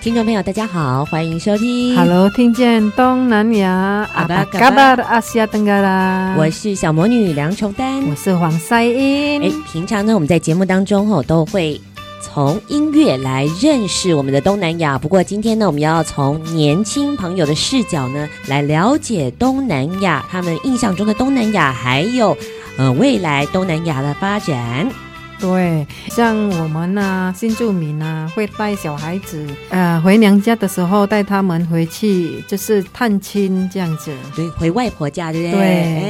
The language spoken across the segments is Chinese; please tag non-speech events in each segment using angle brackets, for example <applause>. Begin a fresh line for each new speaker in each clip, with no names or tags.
听众朋友，大家好，欢迎收听。
Hello，听见东南亚阿巴
Apa
嘎
kabar？
巴的阿西亚登嘎啦，
我是小魔女梁琼丹。
我是黄赛
哎
英。，
平常呢，我们在节目当中哦，都会从音乐来认识我们的东南亚。不过今天呢，我们要从年轻朋友的视角呢，来了解东南亚，他们印象中的东南亚，还有呃未来东南亚的发展。
对，像我们呐、新住民呐、会带小孩子，呃，回娘家的时候带他们回去，就是探亲这样子。
对，回外婆家，对不对？
对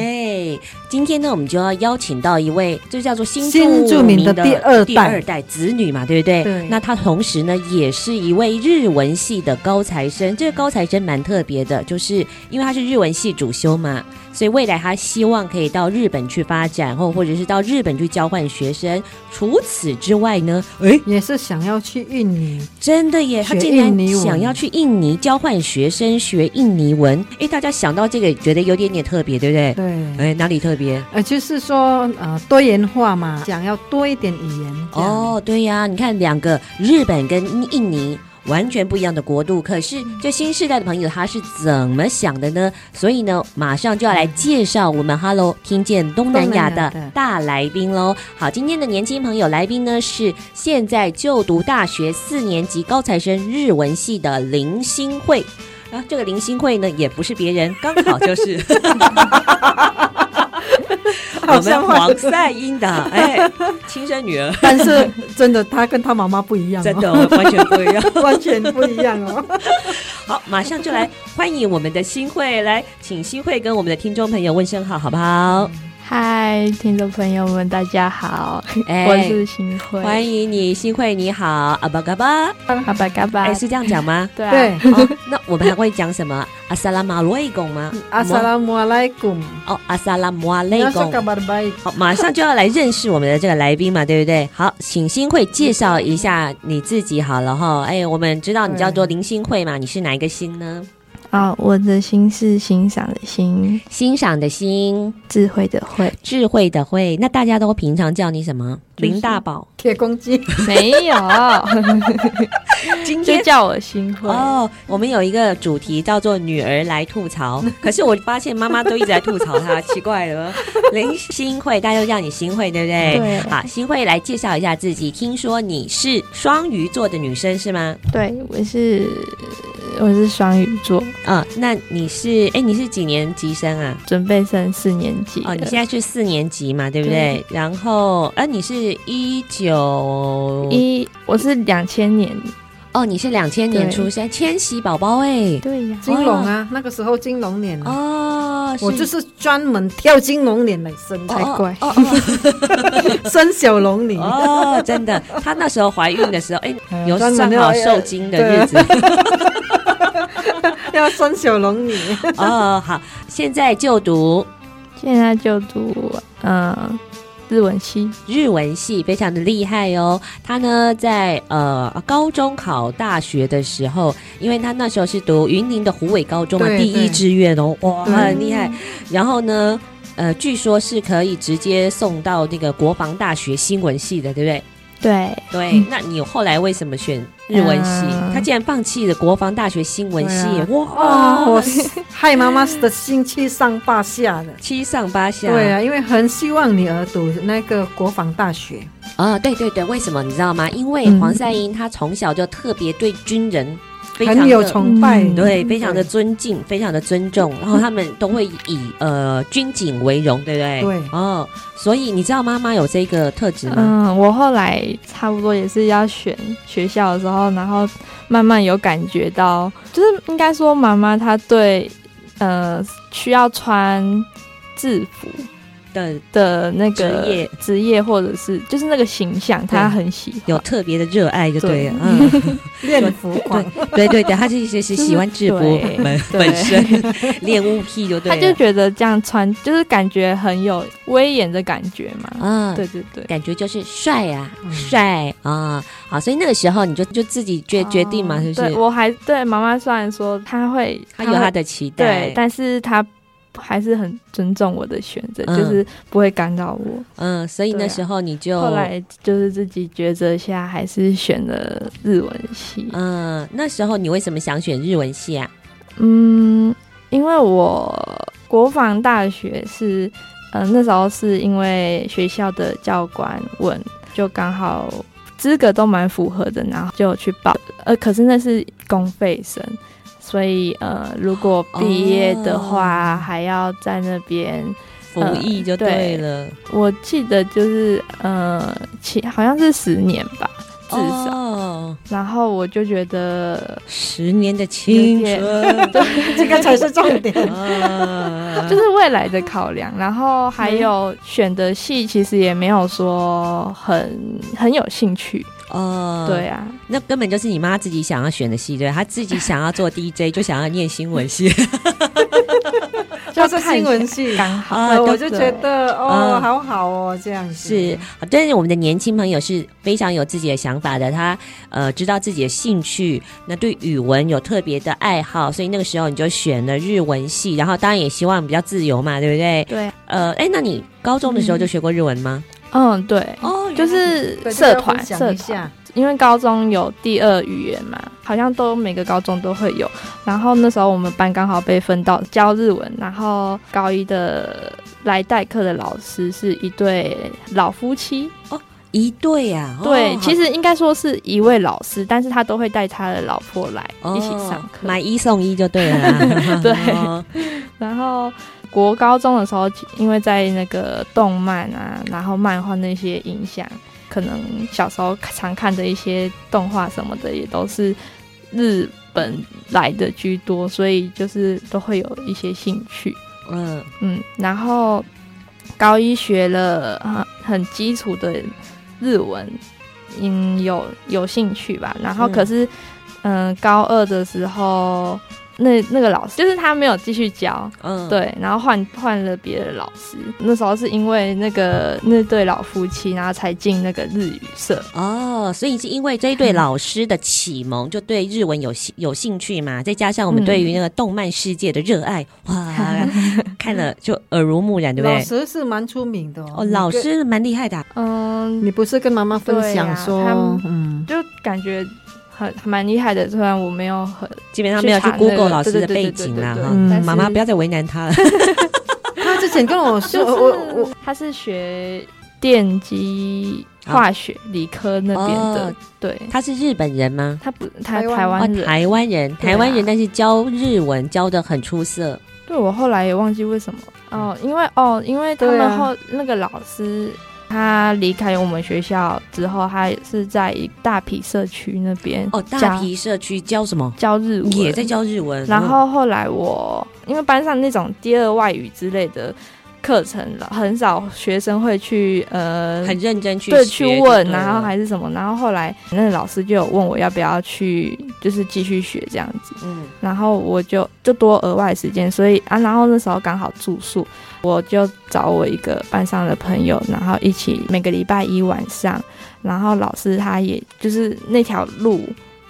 哎，今天呢，我们就要邀请到一位，就叫做新
新
住
住民
的
的第二代
第二代子女嘛，对不对？
对
那他同时呢，也是一位日文系的高材生。这个高材生蛮特别的，就是因为他是日文系主修嘛，所以未来他希望可以到日本去发展，或或者是到日本去交换学生。除此之外呢，哎，
也是想要去印尼，
真的耶，他
学
竟然
印尼文
想要去印尼交换学生学印尼文。哎，大家想到这个，觉得有点点特别，对不对？
对，
哎，哪里特别？
呃，就是说，呃，多元化嘛，想要多一点语言。哦，
哦，对呀、你看两个日本跟印尼完全不一样的国度，可是这新世代的朋友他是怎么想的呢？所以呢，马上就要来介绍我们 Hello 听见东南亚
东南亚
的
的
大来宾喽。好，今天的年轻朋友来宾呢是现在就读大学四年级高材生日文系的林新慧。啊，这个林新慧呢，也不是别人，刚好就是 <laughs> 我们黄赛英的哎亲生女儿。
但是真的，他跟他妈妈不一样、哦，
真的哦完全不一样。 <laughs>
完全不一样哦。
好，马上就来欢迎我们的新会，来请新会跟我们的听众朋友问声好，好不好？
嗨，听众朋友们，大家好，
哎
我是新慧，
欢迎你，新会你好，阿巴嘎巴，
阿巴嘎巴？
哎，，是这样讲吗
对啊，
对，
哦那我们还会讲什么？阿萨拉马瑞贡吗？
阿萨拉姆阿莱古姆，
哦，阿萨拉马
你
雷
要说
贡
嘎。巴拜。
好，马上就要来认识我们的这个来宾嘛，对不对？好，请新会介绍一下你自己好了哈。哎，我们知道你叫做林新会嘛，你是哪一个新呢？
啊，我的心是欣赏的心，
欣赏的欣，
智慧的
<laughs>
慧，
智慧的慧，那大家都平常叫你什么？林大宝。
铁公鸡，
哦
没
<laughs>
有，
今
就叫我新慧。
哦，我们有一个主题叫做“女儿来吐槽”，
<laughs>
可是我发现妈妈都一直在吐槽她，奇怪了。林新慧，大家都叫你新慧，对不对？
对
好，新慧来介绍一下自己。听说你是双鱼座的女生是吗？
对，我是我是双鱼座，
嗯，那你是哎，你是几年级生啊？
准备升四年级
哦，你
了
现在是四年级嘛，对不对？然后，呃，你是一九
一，我是两千年，
哦，你是两千年
对
出生，千禧宝宝哎、
对呀，
金龙啊，那个时候金龙年啊，
哦，
我就是专门挑金龙年来生
哦
的，
才怪
哦哦
生小龙年，
哦哦真的，她那时候怀孕的时候，哎、
哎
有
专
上
门
好
要
受精的日子。
要生小龙女。
<laughs> 哦，好，现在就读
现在就读嗯日文系，
日文系，非常的厉害哦。她呢，在呃高中考大学的时候，因为她那时候是读云林的虎尾高中嘛，啊
对嗯
第一
对
志愿哦，哇，
对
很厉害。然后呢？呃，据说是可以直接送到那个国防大学新闻系的，对不对？
对，
对，那你后来为什么选日文系？
嗯
他竟然放弃了国防大学新闻系，
对
哇，
哦，我害妈妈的心七上八下的。
七上八下。
对
啊，
啊，因为很希望女儿读那个国防大学，
啊对对对，为什么你知道吗？因为
嗯
黄赛英她从小就特别对军人。非常
很有
的
崇拜，
嗯
对，非常的尊敬，非常的尊重，然后他们都会以呃军警为荣，对不对？
对
哦，所以你知道妈妈有这个特质吗？
嗯，我后来差不多也是要选学校的时候，然后慢慢有感觉到，就是应该说妈妈她对呃需要穿制服
的
的那个
职业
职业或者是就是那个形象，她很喜欢。
有特别的热爱就对了，嗯，
练服款，
对对对，他其实是喜欢制服
对
本
对
本身 <laughs> 练物癖就对啊了，
她就觉得这样穿就是感觉很有威严的感觉嘛。
啊，
嗯对嗯对对，
感觉就是帅啊，帅啊，好，所以那个时候你就就自己决决定嘛，
哦
是不
对
是？
我还对妈妈虽然说她会，
他有他
会
的期待，
对，但是她还是很尊重我的选择，
嗯
就是不会干扰我。
嗯，所以
对
那
啊
时候你就
后来就是自己抉择下，还是选了日文系。
嗯，那时候你为什么想选日文系啊？
嗯，因为我国防大学是，呃，那时候是因为学校的教官问，就刚好资格都蛮符合的，然后就去报。呃，可是那是公费生，所以呃，如果毕业的话，
哦
还要在那边。
服
呃
役就对了，
我记得就是呃，七好像是十年吧，至少。
哦
然后我就觉得
十年的青
<laughs>
春，
这个才是重点。
<laughs>
嗯
啊
呃就是未来的考量，然后还有选的戏，其实也没有说很很有兴趣，
嗯
哦，
对，啊，
那根本就是你妈自己想要选的系，对，她自己想要做 DJ，就想要念新闻系，
他
就是看
哦新闻系，
刚好，
啊
呃
<laughs> 对
我就觉得哦，
嗯
好好哦，这样子
是，好但是我们的年轻朋友是非常有自己的想法的，他呃知道自己的兴趣，那对语文有特别的爱好，所以那个时候你就选了日文系，然后当然也希望比较自由嘛，对不对？
对，
呃，哎，那你高中的时候就学过日文吗？
嗯，对，
哦
就是
对
社团
这个要
社
分享一
团
下，
因为高中有第二语言嘛，好像都每个高中都会有。然后那时候我们班刚好被分到教日文，然后高一的来代课的老师是一对老夫妻，
一对呀、哦
对，
好
其实应该说是一位老师，但是他都会带他的老婆来
哦
一起上课。
买一送一就对了啦
<laughs> 对
哦
然后国高中的时候，因为在那个动漫啊，然后漫画那些影响，可能小时候常看的一些动画什么的，也都是日本来的居多，所以就是都会有一些兴趣。
嗯，
嗯，然后高一学了很很基础的日文，嗯，有有兴趣吧。然后
嗯
可是，嗯、高二的时候，那那个老师就是他没有继续教，
嗯，
对，然后换换了别的老师。那时候是因为那个那对老夫妻，然后才进那个日语社。
哦，所以是因为这一对老师的启蒙，就对日文有兴有兴趣嘛，再加上我们
嗯
对于那个动漫世界的热爱，
<laughs>
哇，看了就耳濡目染，对不
老
对？
师是蛮出名的
哦，老，
你
师蛮厉害的啊、
嗯
跟，你不是跟妈妈分享说
对啊他们，
嗯，
就感觉很蛮厉害的，虽然我没有很
基本上没有去
去查那个
Google 老师的背景啦，
对对对对对
哈、
对对
嗯妈妈不要再为难他了。 <laughs>
他之前跟我说，
就是
我我
他是学电机化学理科那边的，
哦
对，
他是日本人吗？
他不他
台湾
台湾
哦、台湾人，
人，对啊
台湾人，但是教日文教的很出色。
对我后来也忘记为什么哦，因为哦，因为他
对
们
啊
后、那个老师他离开我们学校之后，他是在一大皮社区那边
哦，大皮社区教什么？
教日文，
也在教日文，
然后后来我因为班上那种第二外语之类的课程了，很少学生会去呃
嗯很认真去
对
学
去
就
问，
对
然后
了
还是什么，然后后来那个老师就有问我要不要去，就是继续学这样子，
嗯
然后我就就多额外时间，所以啊，然后那时候刚好住宿，我就找我一个班上的朋友，然后一起每个礼拜一晚上，然后老师他也就是那条路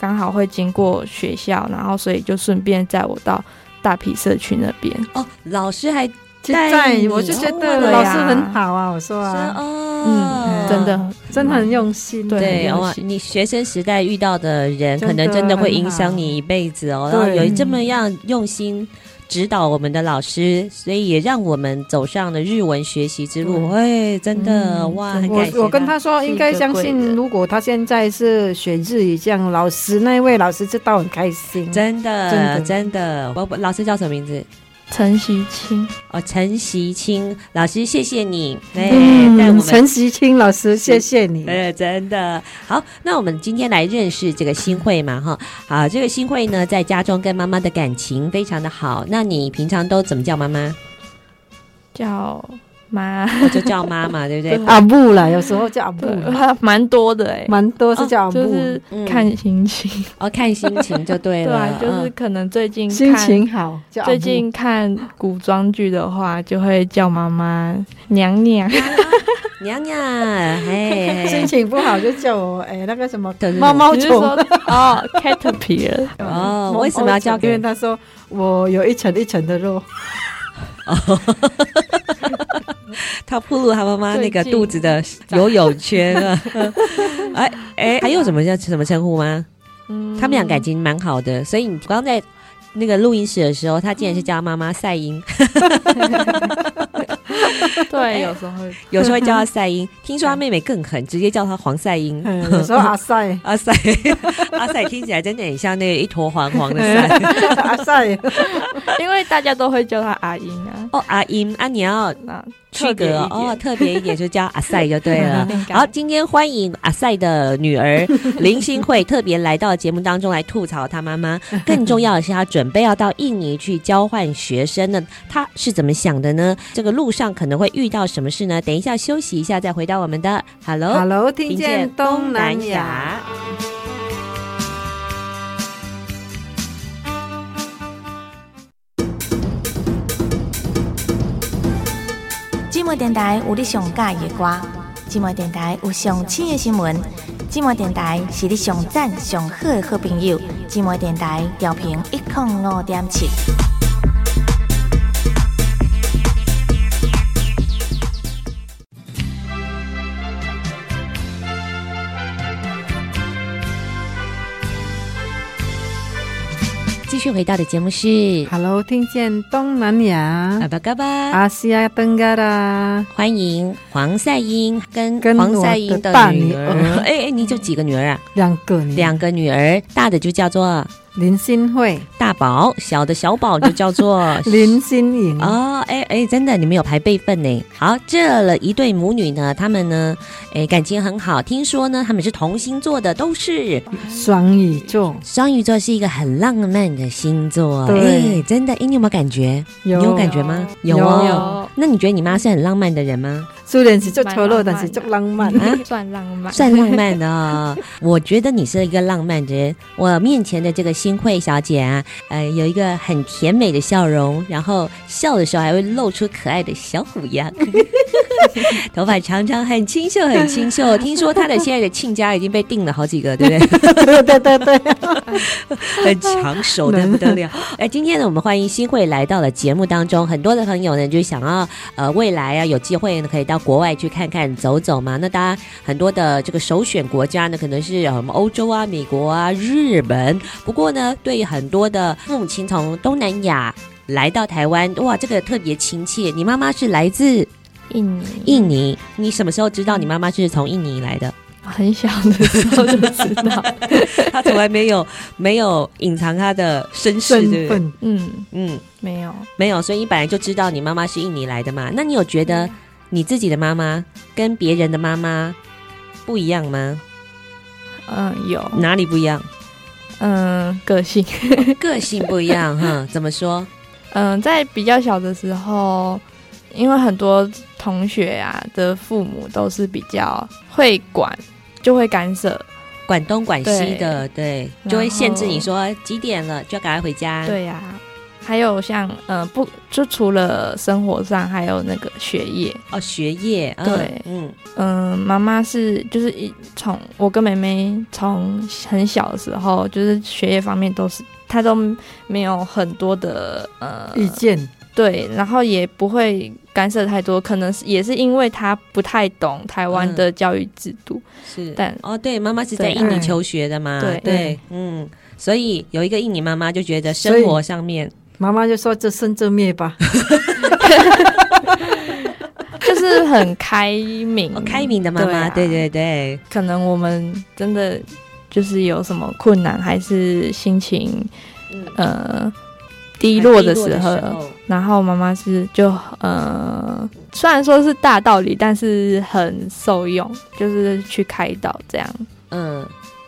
刚好会经过学校，然后所以就顺便载我到大皮社区那边，
哦，老师还
去
带
载
你，
我就觉得
对
老
啊
师很好啊，我说
说
啊，
哦，
嗯真的
真的很用心。
对
对
很
哇
有，趣
你学生时代遇到的人，
真的
可能真的会影响你一辈子哦。然后
对嗯
有这么样用心指导我们的老师，所以也让我们走上了日文学习之路。哎，真的
嗯
哇，
真
很啊
的
感谢
我我跟他说，
是一
应该
个
相
贵
信，
人
如果他现在是学日语，这样老师那一位老师知道很开心。真
真的
的
真的，我我老师叫什么名字？
陈习清，
哦，陈习清老师，谢谢你，哎，带我
嗯，
们
陈习清老师，谢谢你。
呃，真的好。那我们今天来认识这个新会嘛，哈，好，这个新会呢，在家中跟妈妈的感情非常的好。那你平常都怎么叫妈妈？
叫妈，
我就叫妈
<laughs>
妈，对不对？
啊
阿布啦，有时候叫阿布
对，，还 <laughs> 蛮多的哎、
蛮多是叫阿布。
就是
嗯
看心情，
哦，看心情就对
<laughs> 对啊
了，，
就是
嗯啊
可能最近
心
看
情好，叫阿
最
布
近看古装剧的话，就会叫妈妈娘娘，
娘娘，哎，
心情不好就叫我哎那个什么
对对对
猫猫
你是
虫
<laughs>
说。哦 caterpillar，
哦
嗯
猫
为什么要叫
因为他说我有一层一层的肉，
他暴露他妈妈那个
最近
肚子的游泳圈
<laughs>
啊。哎哎，还有什么叫什么称呼吗？
嗯
他们俩感情蛮好的，所以你刚在那个录音室的时候，他竟然是叫他妈妈赛英。
对，有时候会
有时候会叫她赛英，听说她妹妹更狠，直接叫她黄赛
<laughs>
英。
嗯有时候阿塞
阿赛，阿赛听起来真的很像那一坨黄黄的 <laughs> 赛。
阿塞，
因为大家都会叫她阿英啊，
哦，阿英啊，你要
那
区
特别
隔
一
哦，
点，
特别一点就叫阿赛就对
<laughs>。
了
敏感
好，今天欢迎阿赛的女儿林心慧特别来到节目当中来吐槽她妈
<laughs>
妈。更重要的是，她准备要到印尼去交换学生呢，她是怎么想的呢？这个路上可能会遇到什么事呢？等一下休息一下再回到我们的 Hello。
Hello，听见东南亚。。
寂寞电台有你上喜欢的歌，寂寞电台有上新的新闻，寂寞电台是你上赞上好的好朋友。寂寞电台调频一点五点七。
继续回到的节目是
Hello，听见东南
阿
亚，
巴嘎巴，
阿西亚登嘎啦，
欢迎黄赛英跟
跟
黄赛英
我的嗯大
女
女
儿
儿。
<laughs> 哎哎，你就几个女儿
<laughs>
啊？
两个女
两个女儿，大的就叫做
林心慧、
大宝，小的小宝就
<laughs>
叫做
林心颖，
哦，哎哎，真的，你们有排辈分呢。好，这了一对母女呢，她们呢，哎，感情很好。听说呢，她们是同星座的，都是
双鱼座，
双鱼座，是一个很浪漫的星座。
对
哎，真的，哎，你有没有感觉？你有感觉吗？
有
哦。
有
那你觉得你妈是很浪漫的人吗？
虽然是做丑陋，
蛮浪漫的
但是做浪
<laughs>
漫。
算浪漫，
啊算浪漫的、哦， <laughs> 我觉得你是一个浪漫的人。我面前的这个新慧小姐啊，呃，有一个很甜美的笑容，然后笑的时候还会露出可爱的小虎牙，头发长长，很清秀，很清秀。听说她的现在的亲家已经被定了好几个，对不对？
对对对对，
<laughs> 很抢手的不得了。 <laughs> 哎，今天呢，我们欢迎新慧来到了节目当中，很多的朋友呢就想要呃未来啊有机会呢可以到国外去看看走走嘛。那当然，很多的这个首选国家呢可能是呃我们欧洲啊、美国啊、日本。不过呢，对于很多的父母亲从东南亚。来到台湾，哇，这个特别亲切。你妈妈是来自
印尼
印尼， <laughs> 你什么时候知道你妈妈是从印尼来的？
很小的时候就知道，
<laughs> 她从来没有没有隐藏她的身世，对
身
不对？
份
嗯，
嗯，
没有，
没有，所以你本来就知道你妈妈是印尼来的嘛。那你有觉得
嗯
你自己的妈妈跟别人的妈妈不一样吗？
嗯，有，
哪里不一
<laughs>
样？
嗯，个性，
个性不一样哈？怎么说？
嗯，在比较小的时候，因为很多同学啊的父母都是比较会管，就会干涉，
管东管西的，对，
后
就会限制你说几点了就要赶快回家。，
嗯
对呀、还有像呃不，就除了生活上，还有那个学业。
哦，学业，嗯
对
嗯，
嗯，妈妈是就是一从我跟妹妹从很小的时候，就是学业方面都是她都没有很多的呃
意见，
对，然后也不会干涉太多，可能是也是因为他不太懂台湾的教育制度，
是，
但
哦，对，妈妈是在
对
印尼
哎
求学的嘛，
对
对，嗯，所以有一个印尼妈妈就觉得
所
生
以
活上面，
妈妈就说这生这灭吧，
就是很开明
哦，开明的妈妈，对
啊
对对，
可能我们真的就是有什么困难，还是心情
嗯，
呃低落的时
很低
候，然后妈妈是就呃，虽然说是大道理，但是很受用，就是去开导这样，
嗯，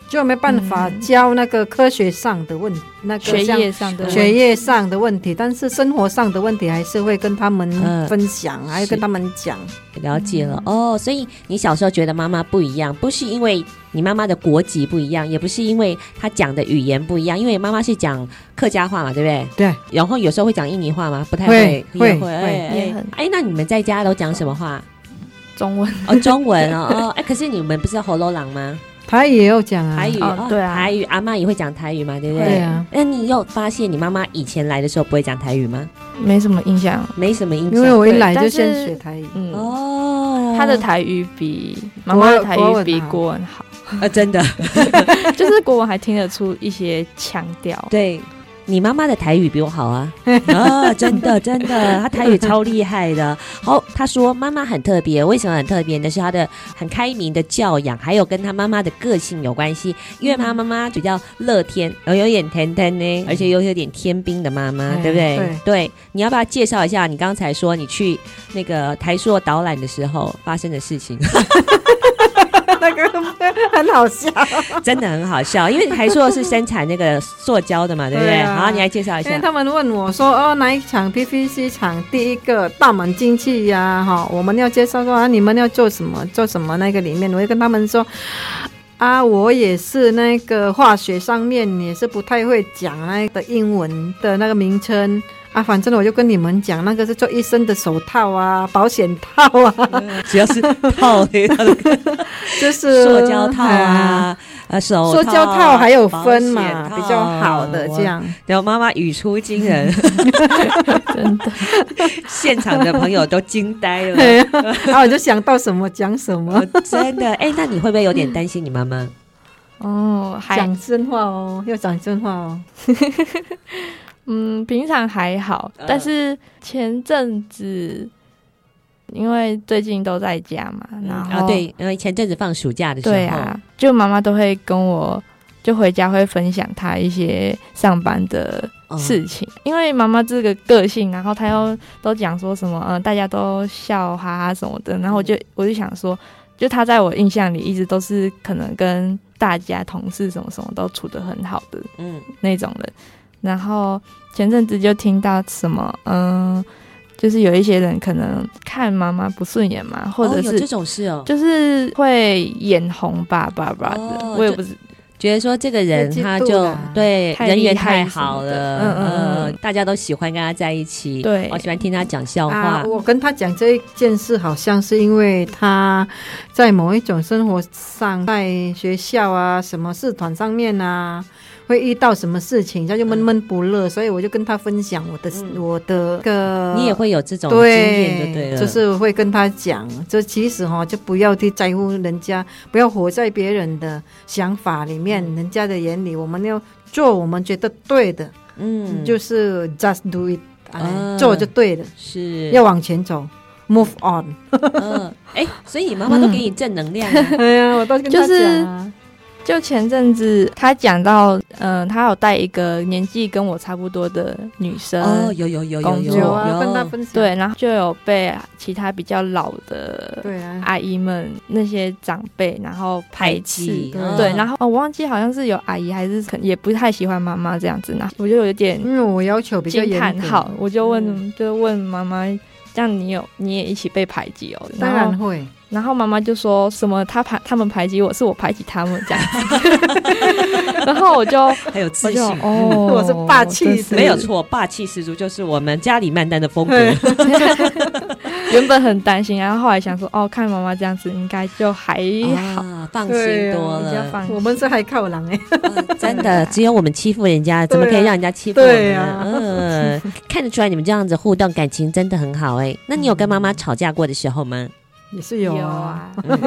就没办法
嗯
教那个科学上的问，那个
学
像
业上的
学业上的问题，但是生活上的问题还是会跟他们
嗯
分享，还有
是
跟他们讲。
了解了哦，所以你小时候觉得妈妈不一样，不是因为你妈妈的国籍不一样，也不是因为她讲的语言不一样，因为妈妈是讲客家话嘛，对不对？
对，
然后有时候会讲印尼话吗？不太
会
会也
会
哎
会
哎
也很
哎，那你们在家都讲什么话？
中文
<laughs> 哦，中文哦，哦，哎，可是你们不是喉咙朗吗？
他也有讲啊，
台语
哦对啊
台语阿妈也会讲台语嘛，对不
对
对？
啊，
那你有发现你妈妈以前来的时候不会讲台语吗？
没什么印象，
没什么印
因为
象
我一来就
对
先
但是
学台语，
嗯。
哦，
他的台语比妈妈的台
国
语
文
比
好
国文好， <laughs>
啊，真的
就是国文还听得出一些腔调。
对。你妈妈的台语比我
<laughs>
好啊！啊，真的真的，她台语超厉害的。好，她说妈妈很特别，为什么很特别呢？是她的很开明的教养，还有跟她妈妈的个性有关系。因为她妈妈比较乐天，呃，有点甜甜呢，而且又有点天兵的妈妈，
嗯哎
对不对？
对
你要不要介绍一下你刚才说你去那个台硕导览的时候发生的事情？
<laughs> 那个很好笑。
真的很好笑，因为台硕是生产那个塑胶的嘛，对不对？
对啊
好，你来介绍一
因为
下。
他们问我说：“哦，哪一场 PPC 场第一个大门进去呀、哈，我们要介绍说啊，你们要做什么，做什么那个里面，我就跟他们说。”啊，我也是那个化学上面也是不太会讲那个英文的那个名称啊，反正我就跟你们讲，那个是做医生的手套啊、保险套啊，
只要是套黑它的
<laughs> 就是
塑胶套
啊哦
啊，呃
<laughs>
手
塑胶套还有分
保险
嘛，
套
比较好的这。样。
然后妈妈语出惊
<laughs>
人，
真的，
现场的朋友都惊呆
对啊
了。
呀，然后我就想到什么讲什么。
哦真的，哎，那你会不会有点担心你妈妈？
<laughs> 哦，
哎
还
讲真话哦，要讲真话哦。
嗯，平常还好，
嗯
但是前阵子因为最近都在家嘛，
嗯
然
啊，
后、
对，因为前阵子放暑假的时候，
对啊，就妈妈都会跟我。就回家会分享她一些上班的
哦，
事情，因为妈妈这个个性，然后她又都讲说什么，嗯、大家都笑哈哈什么的，然后我
嗯
就我就想说，就她在我印象里一直都是可能跟大家同事什么什么都处得很好的
嗯，
那种人。然后前阵子就听到什么，嗯，就是有一些人可能看妈妈不顺眼嘛，或
哦
者
有
是、
这种事哦，
就是会眼红吧，爸爸的，
哦
我也
就
不知
觉得说这个人
嫉妒
他就
啦
对
太
人
厉
缘
害
太
什么
好
的
了，
嗯嗯嗯
嗯，大家都喜欢跟他在一起，
对
我喜欢听他讲笑话
啊，，我跟他讲这一件事，好像是因为他在某一种生活上，在学校啊、什么社团上面啊，会遇到什么事情，他就闷闷不乐，所以我就跟他分享我的、
嗯
我的个，
你也会有这种经验就对
对，
了，
就是会跟他讲，就其实哈、就不要去在乎人家，不要活在别人的想法里面、人家的眼里，我们要做我们觉得对的。
嗯，
就是 just do it，、
啊
啊、做就对了，
是
要往前走，move on。
嗯，哎，所以你妈妈都给你正能量啊，
哎呀，我都跟
他讲
啊，
就前阵子她讲到，嗯、她有带一个年纪跟我差不多的女生，
哦，有有有有
工
有
作
有啊，跟他
有，
分享。
对，然后就有被其他比较老的
对啊，
阿姨们那些长辈，然后排斥
挤，
对
对，然
后
后、哦、我忘记好像是有阿姨还是可能也不太喜欢妈妈这样子，然后我就有点
因为我要求嗯比较
惊叹
严格，嗯
号，我就问，就问妈妈，这样你有你也一起被排挤哦？
当
然
然
后，
会。
然后妈妈就说什么他排他们排挤我，是我排挤他们这样子，
<laughs>
<laughs> 然后我就
还有
我
自信
就。哦，
我是霸气
真是 <laughs>
没有错，霸气十足就是我们家里曼丹的风格。
原本很担心，然后后来想说，哦，看妈妈这样子，应该就还好，
啊，放
对
心
啊
多
比较
了。
放心。
我们是还靠人哎，
嗯 <laughs> 真的，只有我们欺负人家，怎么可以
对啊
让人家欺负我们
对
呢
啊？
嗯， <laughs> 看得出来你们这样子互动，感情真的很好哎。那你有跟妈妈吵架过的时候吗？嗯
也是有
有
啊。
啊，
<laughs>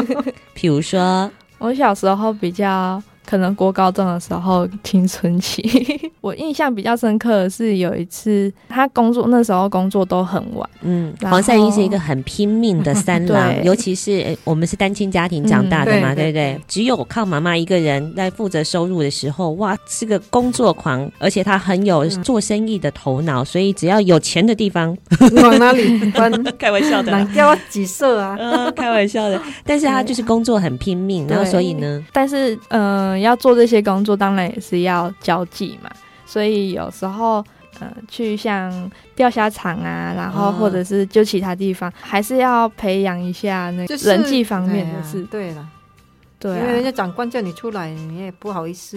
比如说，
我小时候比较可能国高中的时候青春期， <laughs> 我印象比较深刻的是有一次他工作那时候工作都很晚，
嗯，
然后
黄善英是一个很拼命的三郎，
对
尤其是呃我们是单亲家庭长大的嘛，
嗯对
对不对？只有靠妈妈一个人在负责收入的时候，哇，是个工作狂，而且他很有做生意的头脑，所以只要有钱的地方，
啊往哪里搬？
<laughs> 开玩笑的啦。
人叫我几色啊？
<laughs> 嗯，开玩
<laughs>
笑的，但是他就是工作很拼命，然后
对
所以呢，
但是嗯、呃要做这些工作当然也是要交际嘛，所以有时候。呃，去像钓虾场啊，然后
哦
或者是就其他地方，还是要培养一下那个
就是哎
人际方面的事。
对了，因
对
为人
啊，
家长官叫你出来，你也不好意思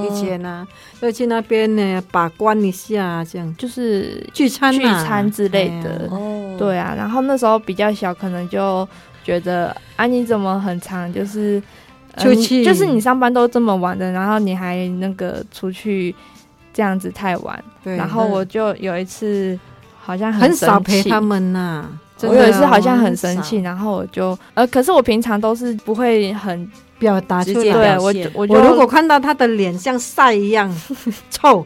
啊。以前呢，要去那边呢把关一下啊这样
就是
聚餐啊
聚餐之类的
哎呀
哦，
对啊，然后那时候比较小，可能就觉得啊，你怎么很长就是、呃
出
你
去
就是你上班都这么晚的，然后你还那个出去这样子太晚。
对，
然后我就有一次好像
很
生
少陪
气
他。们呐。真
我
的
有一次好像很生，
我
气，
少
然后我就呃，可是我平常都是不会很
表达
直
出
接
来。
对
表
我
现
我就
我如果看到他的脸像晒一样臭，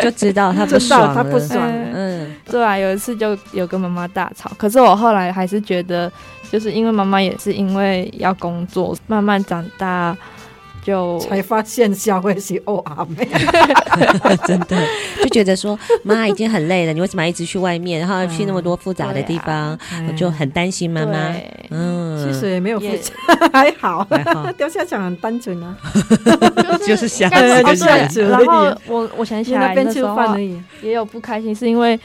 就知道他不
知
爽
道
了，
他不爽
嗯
了。
嗯，
对啊，有一次就有跟妈妈大吵，可是我后来还是觉得，就是因为妈妈也是因为要工作，慢慢长大就
才发现下会是哦阿妹，
真的就觉
<laughs>
得说妈已经很累了，你为什么还一直去外面，然后
嗯
去那么多复杂的地方，哎我就很担心妈妈。
对
嗯，
啊哎其实也没有复
也
杂，还好。
还好，
<laughs> 掉下场很单纯啊，
<laughs> 就是
应
下
该
次就
是哦
下
下
对，
次
然后我我想起
去
来
那
那
边吃
时候
饭而已。
也有不开心，是因为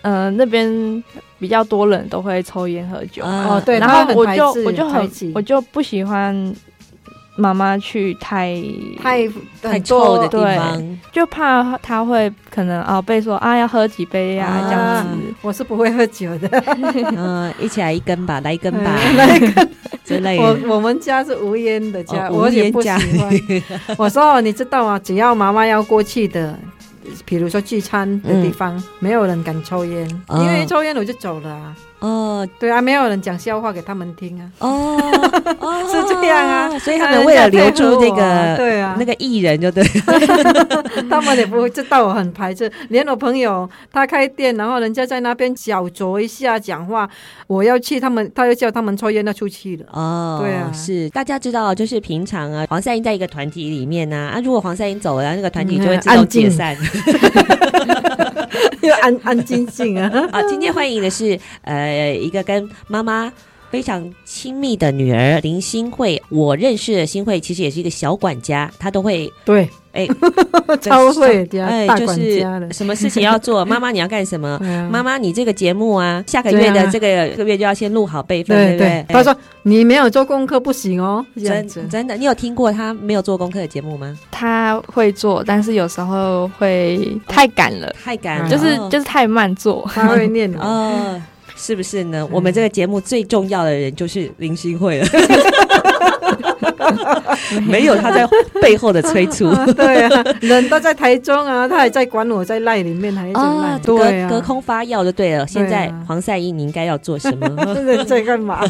呃那边比较多人都会抽烟喝酒，
啊
哦，对，
嗯然
他
后
很
我
排
就
斥
我就
排
很
挤
我就不喜欢妈妈去太
太
太
很
臭的
多
地方，
就怕她会可能啊、被说啊要喝几杯呀、
啊
这样子。
我是不会喝酒的，
嗯，一起来一根吧，来一根吧
<laughs> 那个
之类的。
我我们家是无烟的家，
哦
我也不
无
喜
烟
欢。<laughs>
<laughs>
我说你知道吗？只要妈妈要过去的，比如说聚餐的地方，
嗯
没有人敢抽烟，
哦
因为抽烟我就走了啊。
哦
对啊，没有人讲笑话给他们听啊。
哦，
<laughs>
哦
是这样啊
所以哎他们为了留住那
人家配合我啊
个
对啊，
那个艺人，就对了，
<laughs> 他们也不会知道我很排斥，连我朋友他开店，然后人家在那边小酌一下讲话，我要去他们，他又叫他们抽烟，他出去
<laughs>
了。
哦，
对啊
是大家知道，就是平常啊，黄赛英在一个团体里面呢，啊，如果黄赛英走了，那个团体就会自动
嗯
解散。 <laughs>
又安安静静啊，
啊，今天欢迎的是呃一个跟妈妈。非常亲密的女儿林新慧，我认识的新慧其实也是一个小管家，她都会
<laughs>
<laughs>
对， <laughs>
哎
超会的啊，
哎，
大
就
管
是
家的。
什么事情要做， <laughs> 妈妈你要干什么？
妈，
妈妈，你这个节目啊，下个
对
月的
啊
这个这个月就要先录好备份，
对
不对
对？，他说你没有做功课不行哦，这样子
真真的，你有听过她没有做功课的节目吗？
他会做，但是有时候会太赶了，
太感
嗯
人了，
就是就是是太慢做。
他会念的。
哦。是不是呢？我们这个节目最重要的人就是林心
<laughs>
慧了，没有她在背后的催
<laughs>
促
啊对啊，人都在台中啊，他还在管我在赖里面，还一直赖，
隔
对啊，
隔空发药就对了。现在
对啊
黄赛英，你应该要做什
<laughs>
么？
人在干
<laughs>
嘛？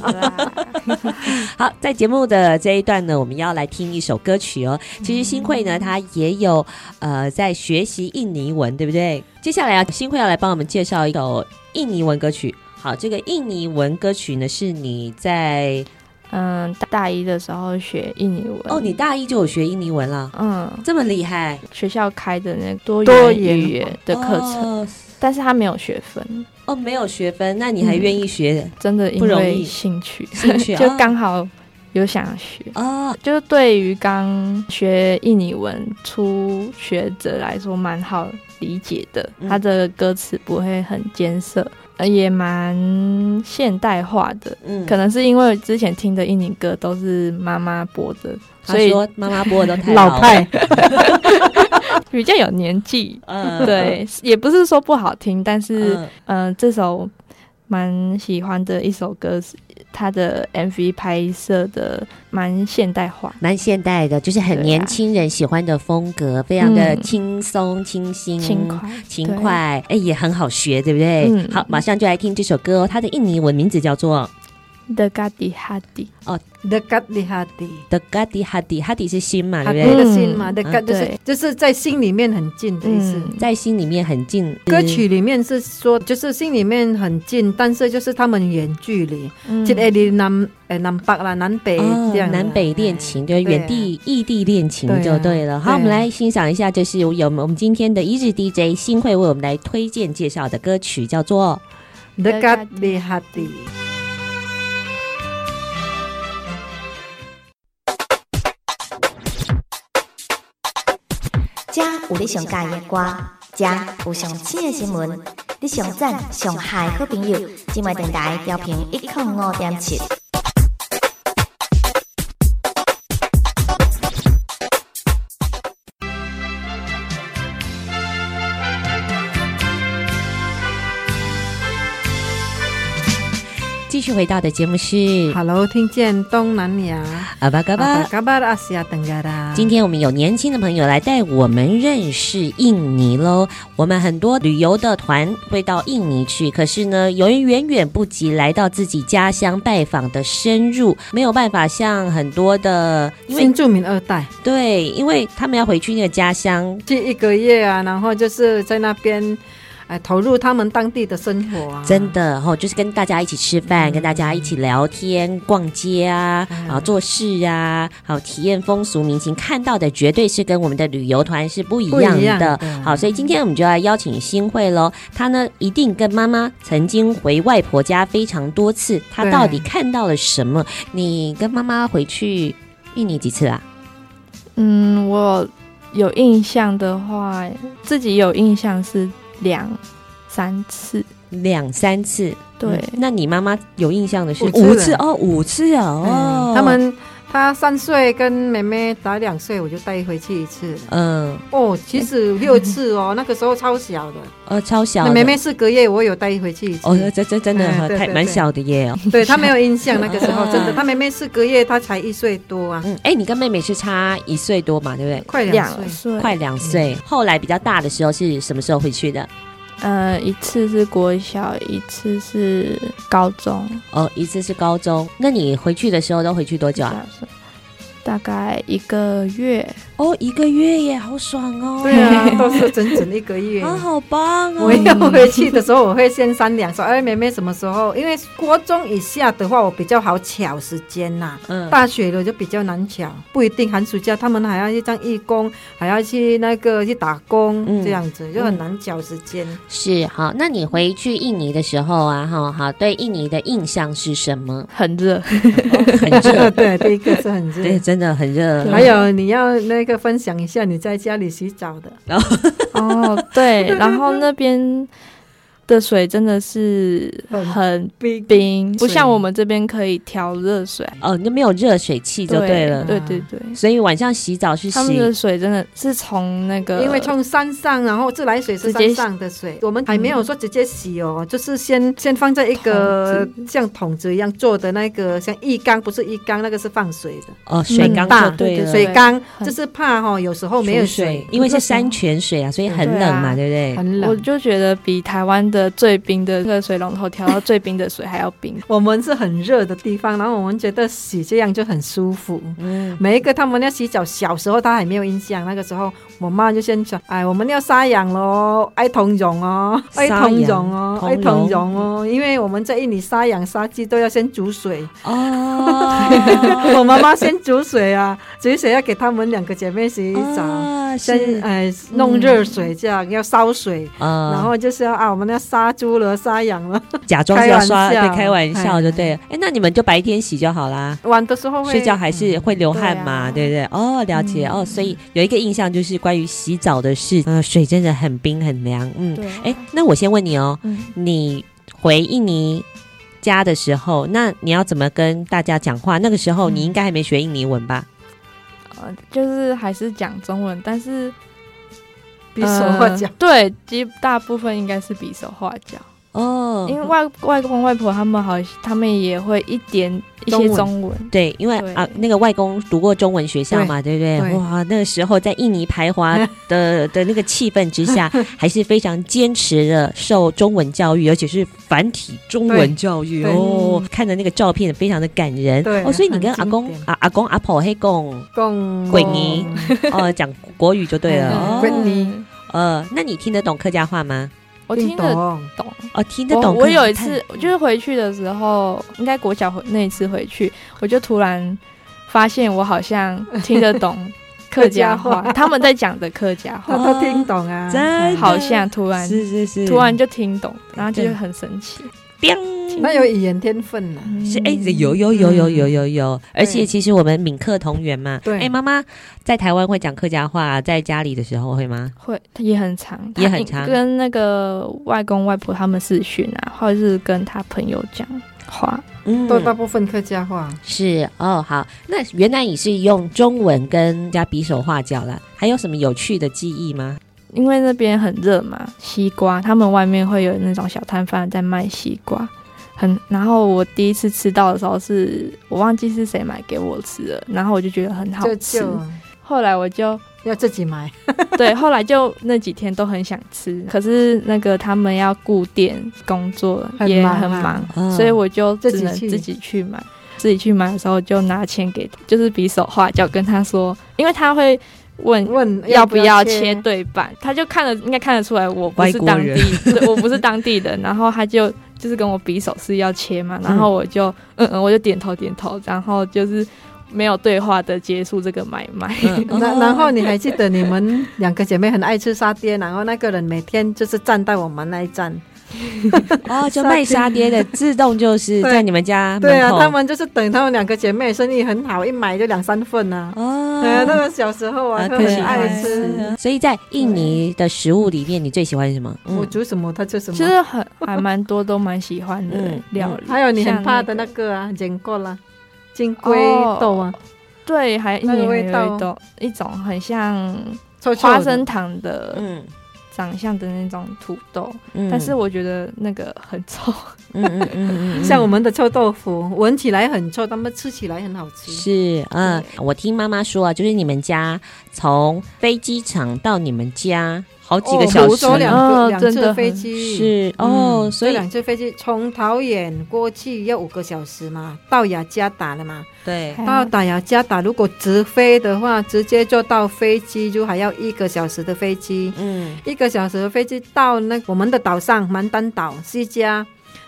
嗯好，在节目的这一段呢，我们要来听一首歌曲哦。其实新慧
嗯
呢，她也有呃在学习印尼文，对不对？接下来啊，新慧要来帮我们介绍一首印尼文歌曲。好，这个印尼文歌曲呢，是你在
<laughs> 嗯，大大一的时候学印尼文。
哦，你大一就有学印尼文了，
嗯，
这么厉害
学校开的那个多
多
元
元
语言的课程，
哦
但是他没有学分，
哦，没有学分，那你还愿意学
真的因
不容易
为兴趣，
兴趣啊
<laughs> 就刚好有想学。
哦？
就是对于刚学印尼文初学者来说，蛮好理解的
嗯。
它的歌词不会很艰涩，呃，也蛮现代化的。
嗯
可能是因为之前听的印尼歌都是妈妈播的，
他
所以
说妈妈播的都太
老
派，
派，
比较有年纪。
嗯，
对，也不是说不好听，但是
嗯
嗯、呃这首蛮喜欢的一首歌，是它的 MV 拍摄的蛮现代化。
蛮现代的，就是很
对啊
年轻人喜欢的风格，非常的
嗯
轻松、清新、
轻快，
勤嗯
对
快，哎，也很好学，对不对？
嗯
好，马上就来听这首歌哦。它的印尼文名字叫做
The Gadi Hadi，
dekat di hati。
The Gadi Hadi Hadi 是心嘛，对
他
不
对
对？
的心嘛，
嗯
的感就是
对
就是在心里面很近的意思。
嗯，
在心里面很近。
歌曲里面是说，就是心里面很近，但是就是他们远距离，
嗯
这里南呃南北啦，南北
哦
这样的、
南北恋情，就是远地异地恋情
对啊
就对了。
对
好，
啊
我们来欣赏一下，就是由我们我们今天的一日 DJ 新会为我们来推荐介绍的歌曲，叫做
对啊。Dekat di hati，
遮有你上喜欢的歌，遮有上新的新闻，你上赞上嗨好朋友，今晚电台调频一点五点七。
继续回到的节目是
Hello，听见东南亚，
阿巴嘎巴。
嘎巴阿西亚登嘎达。
今天我们有年轻的朋友来带我们认识印尼喽。我们很多旅游的团会到印尼去，可是呢，由于远远不及来到自己家乡拜访的深入，没有办法像很多的，因为
新住民二代
对，因为他们要回去那个家乡。
去一个月啊，然后就是在那边，哎，投入他们当地的生活啊，
真的哦，就是跟大家一起吃
嗯
饭，跟大家一起聊天、逛街啊，啊，做事啊，好体验风俗民情，看到的绝对是跟我们的旅游团是不一
不
样
一样
的。
的
好，所以今天我们就要邀请新慧喽。她呢，一定跟妈妈曾经回外婆家非常多次，她
对
到底看到了什么？你跟妈妈回去印尼几次啊？
嗯，我有印象的话，自己有印象是两三次，
两三次。
对
嗯，那你妈妈有印象的是
五次了
哦，五次啊哦
嗯，，他们他三岁跟妹妹打两岁，我就带回去一次了。
嗯
哦，其实有六次哦，那个时候超小的。
呃超小
那
的，
妹妹四个月，我有带回去一次。
哦，这这真的
哎对
太
对
蛮
对
小的耶。哦
对她没有印象，那个时候
啊
真的，她妹妹四个月，她才一岁多啊，
嗯，哎，你跟妹妹是差一岁多嘛，对不对？
快两岁
两。岁，
快两岁。后来比较大的时候是什么时候回去的？
呃，一次是国小，一次是高中，
哦，一次是高中。那你回去的时候都回去多久啊？
是大概一个月，？
哦，一个月耶，好爽哦！
对啊，都是整整一个月。
啊， <laughs> 好棒哦！
<laughs> 我要回去的时候，我会先商量说，哎，妹妹什么时候？因为国中以下的话，我比较好巧时间呐、
嗯，
大学了就比较难抢，不一定寒暑假他们还要去当义工，还要去那个去打工，
嗯
这样子就很难找时间。
是好。那你回去印尼的时候啊，哈，好，对印尼的印象是什么
很热，
很热，
<laughs> 对，第一个是很
对，
热。
真的很热。
还有你要那个分享一下你在家里洗澡的，
哦，对，然后那边的水真的是很
冰
冰，不像
水
我们这边可以调热水，
哦，你就没有热水器就对了。
对对对，
所以晚上洗澡是
他们的
洗
水真的是从那个，
因为从山上，然后自来水是
直接
山上的水，我们还没有说直接洗哦，就是先先放在一个像桶子一样做的那个像浴缸，不是浴缸，那个是放水的
哦水
嗯
缸
大
就对了。
水缸，
很
就是怕哈、哦、有时候没有
储
水，
因为是山泉水啊，所以很
对
冷
啊
嘛，对不对？
很冷。
我。就觉得比台湾的最冰的那个水龙头调到最冰的水还要冰
我们是很热的地方，然后我们觉得洗这样就很舒服。
嗯，
每一个他们要洗澡，小时候他还没有印象，那个时候我妈就先说：“哎，我们要杀羊
<laughs>
喽，爱同绒哦，爱同绒哦，
杀
爱
羊
同绒哦，因为我们在印尼杀羊杀鸡都要先煮水，
<laughs> 哦，
我妈妈先煮水啊，煮水要给他们两个姐妹 <laughs> 洗澡，
啊
先
是
哎弄热水这样、要烧水。”
啊
然后就是要啊，我们要杀猪了，杀羊了。 <laughs>
假装是要刷，
开玩笑
对，开玩笑就对了。哎，那你们就白天洗就好啦。
晚的时候会嗯啊
睡觉还是会流汗嘛，
对
对不对？哦，了解、哦，所以有一个印象就是关于洗澡的事，呃，水真的很冰很凉，嗯，
对啊
哎，那我先问你哦，
嗯，
你回印尼家的时候，那你要怎么跟大家讲话？那个时候
嗯
你应该还没学印尼文吧？
呃，就是还是讲中文，但是
比手画脚。
呃
呃对，基大部分应该是比手画脚。
哦，
因为外外公外婆他们好，他们也会一点一些中文，
对，因为啊，
对
那个外公读过中文学校嘛，对不对？
对
哇，那个时候在印尼排华的 <laughs> 的那个气氛之下，还是非常坚持的受中文教育，而且是繁体中文教育
对
哦。看的那个照片非常的感人，
对
哦，所以你跟阿
很经
公
典
啊阿公阿婆黑公
共
鬼
<laughs>
尼哦讲国语就对了
嗯
哦。
鬼尼
呃，那你听得懂客家话吗？
我听得
懂，
懂。
哦，听得
我
懂。
我
可以
有一
看
次，就是回去的时候，应该国小回那一次回去，我就突然发现我好像听得 <laughs> 懂客家话，他们在讲的客家话， <laughs>
他都听懂啊，
哦真的
好像突然
是是是，
突然就听懂，然后就
对
很神奇。
叮
那有语言天分呐、啊
是哎、有有有有有有有，而
嗯
且
对
其实我们闽客同源嘛。
对
哎、妈妈在台湾会讲客家话，在家里的时候会吗？
会也很长，
也很
他
长
跟那个外公外婆他们视讯啊，或者是跟他朋友讲话。
嗯
都大部分客家话，
是哦，好，那原来你是用中文跟人家比手画脚啦，还有什么有趣的记忆吗？
因为那边很热嘛，西瓜，他们外面会有那种小摊贩在卖西瓜，很。然后我第一次吃到的时候是，我忘记是谁买给我吃的，然后我就觉得很好
这
吃。
就
后来我就
要自己买， <laughs>
对，后来就那几天都很想吃，可是那个他们要顾店工作
很
也
忙啊
很忙，
嗯
所以我就只能
自己去
自己去买。自己去买的时候就拿钱给，就是比手画脚跟他说，因为他会问
问
要不嗯要切
切？
对半，他就看了，应该看得出来我不
外
是
国
当
人
地，对我不是当地人，然后他就就是跟我比手势要切嘛，然后我就嗯嗯，我就点头点头，然后就是没有对话的结束这个买卖。 <laughs>
哦
然然后你还记得你们两个姐妹很爱吃沙爹，然后那个人每天就是站在我们那一站， <laughs>
哦，就卖沙爹的，自动就是
对
在你们家门口。
对啊，他们就是等他们两个姐妹生意很好，一买就两三份啊。
哦，
嗯
哎呀，那个小时候啊，
啊
特
可
别
以
爱吃，
所以在印尼的食物里面，你最喜欢什么？
我煮什么他就什
嗯其
么。
实很还蛮多都蛮喜欢的
嗯
料理，
还有你很
像
怕的那
个哦
个啊，剪过啦，金龟豆啊，
对，还
那个
也还
味道
有一种一种很像
臭臭的
花生糖的
嗯
长相的那种土豆，
嗯
但是我觉得那个很臭。 <laughs>
嗯嗯嗯嗯，
<laughs>
嗯
像我们的臭豆腐，闻起来很臭，但是吃起来很好吃。
是，嗯，我听妈妈说啊，就是你们家从飞机场到你们家好几个小
福
时，
州哦两嗯个
哦
两
真的
次
很嗯
飞机，
是哦，所
所以
以
两次飞机从桃园过去要五个小时嘛，到雅加达了嘛，
对
还有
到达雅加达如果直飞的话，直接就到飞机就还要一个小时的飞机，
嗯，
一个小时的飞机到那我们的岛上曼丹岛西加，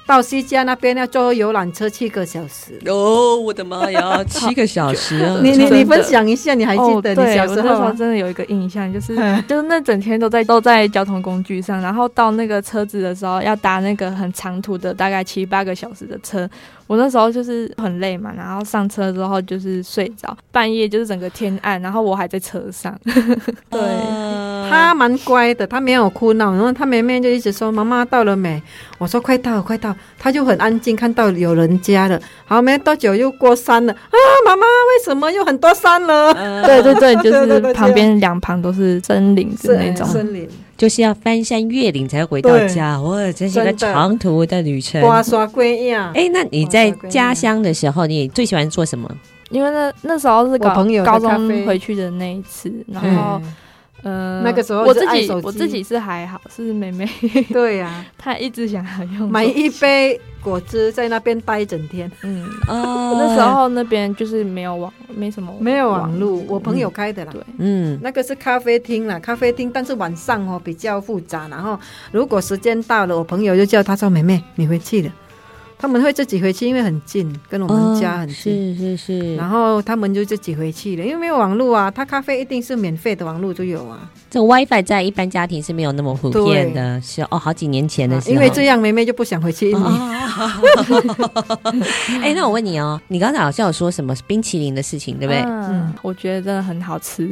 到西加那边要坐游览车七个小时。
哦，我的妈呀，七个小时啊
<laughs> 你你
嗯真的
你分享一下，你还记得
哦、对
你小
我
时
那
候
时候
啊？嗯
真的有一个印象，就是 <laughs> 就是那整天都在都在交通工具上，然后到那个车子的时候要搭那个很长途的，大概七八个小时的车。我那时候就是很累嘛，然后上车之后就是睡着，半夜就是整个天暗，然后我还在车
<laughs>
上。对，
啊嗯
他蛮乖的，他没有哭闹，然后他妹妹就一直说：“妈妈到了没？”我说：“快到了，快到了。”他就很安静，看到有人家了。好，没多久又过山了啊！妈妈，为什么又很多山了？
对对对，就
对对
是
对
旁边两旁都是森林的那种。
森林，
就是要翻山越岭才回到家，哇，真是一个
真的
长途的旅程。
刮刷龟呀。
哎，那你在家乡的时候，你最喜欢做什么？
因为
嗯
那那时候是
我
高
朋友的
高
咖啡
中回去的那一次，然后
嗯，
嗯、呃
那个时候
我
是
自
爱
己
手
我
机
自己是还好，是妹妹 <laughs>
对呀，
她一直想要用
买
手
一杯果汁，在那边待一整天，
嗯，
哦
那时，候那边就是没有网，没什么
没有网路，我朋友开的啦。
对，
嗯
那个是咖啡厅啦，咖啡厅，但是晚上哦比较复杂。然后如果时间到了，我朋友就叫他说：“妹妹，你回去了。”他们会自己回去，因为很近，跟我们家很近。
哦是是是，
然后他们就自己回去了，因为没有网络啊，他咖啡一定是免费的，网络就有啊。
这 WiFi 在一般家庭是没有那么普遍的，是哦，好几年前的时
啊
候。
因为这样，妹妹就不想回去印尼。
哎，那我问你哦，你刚才好像有说什么冰淇淋的事情，对不对？
嗯，我觉得真的很好吃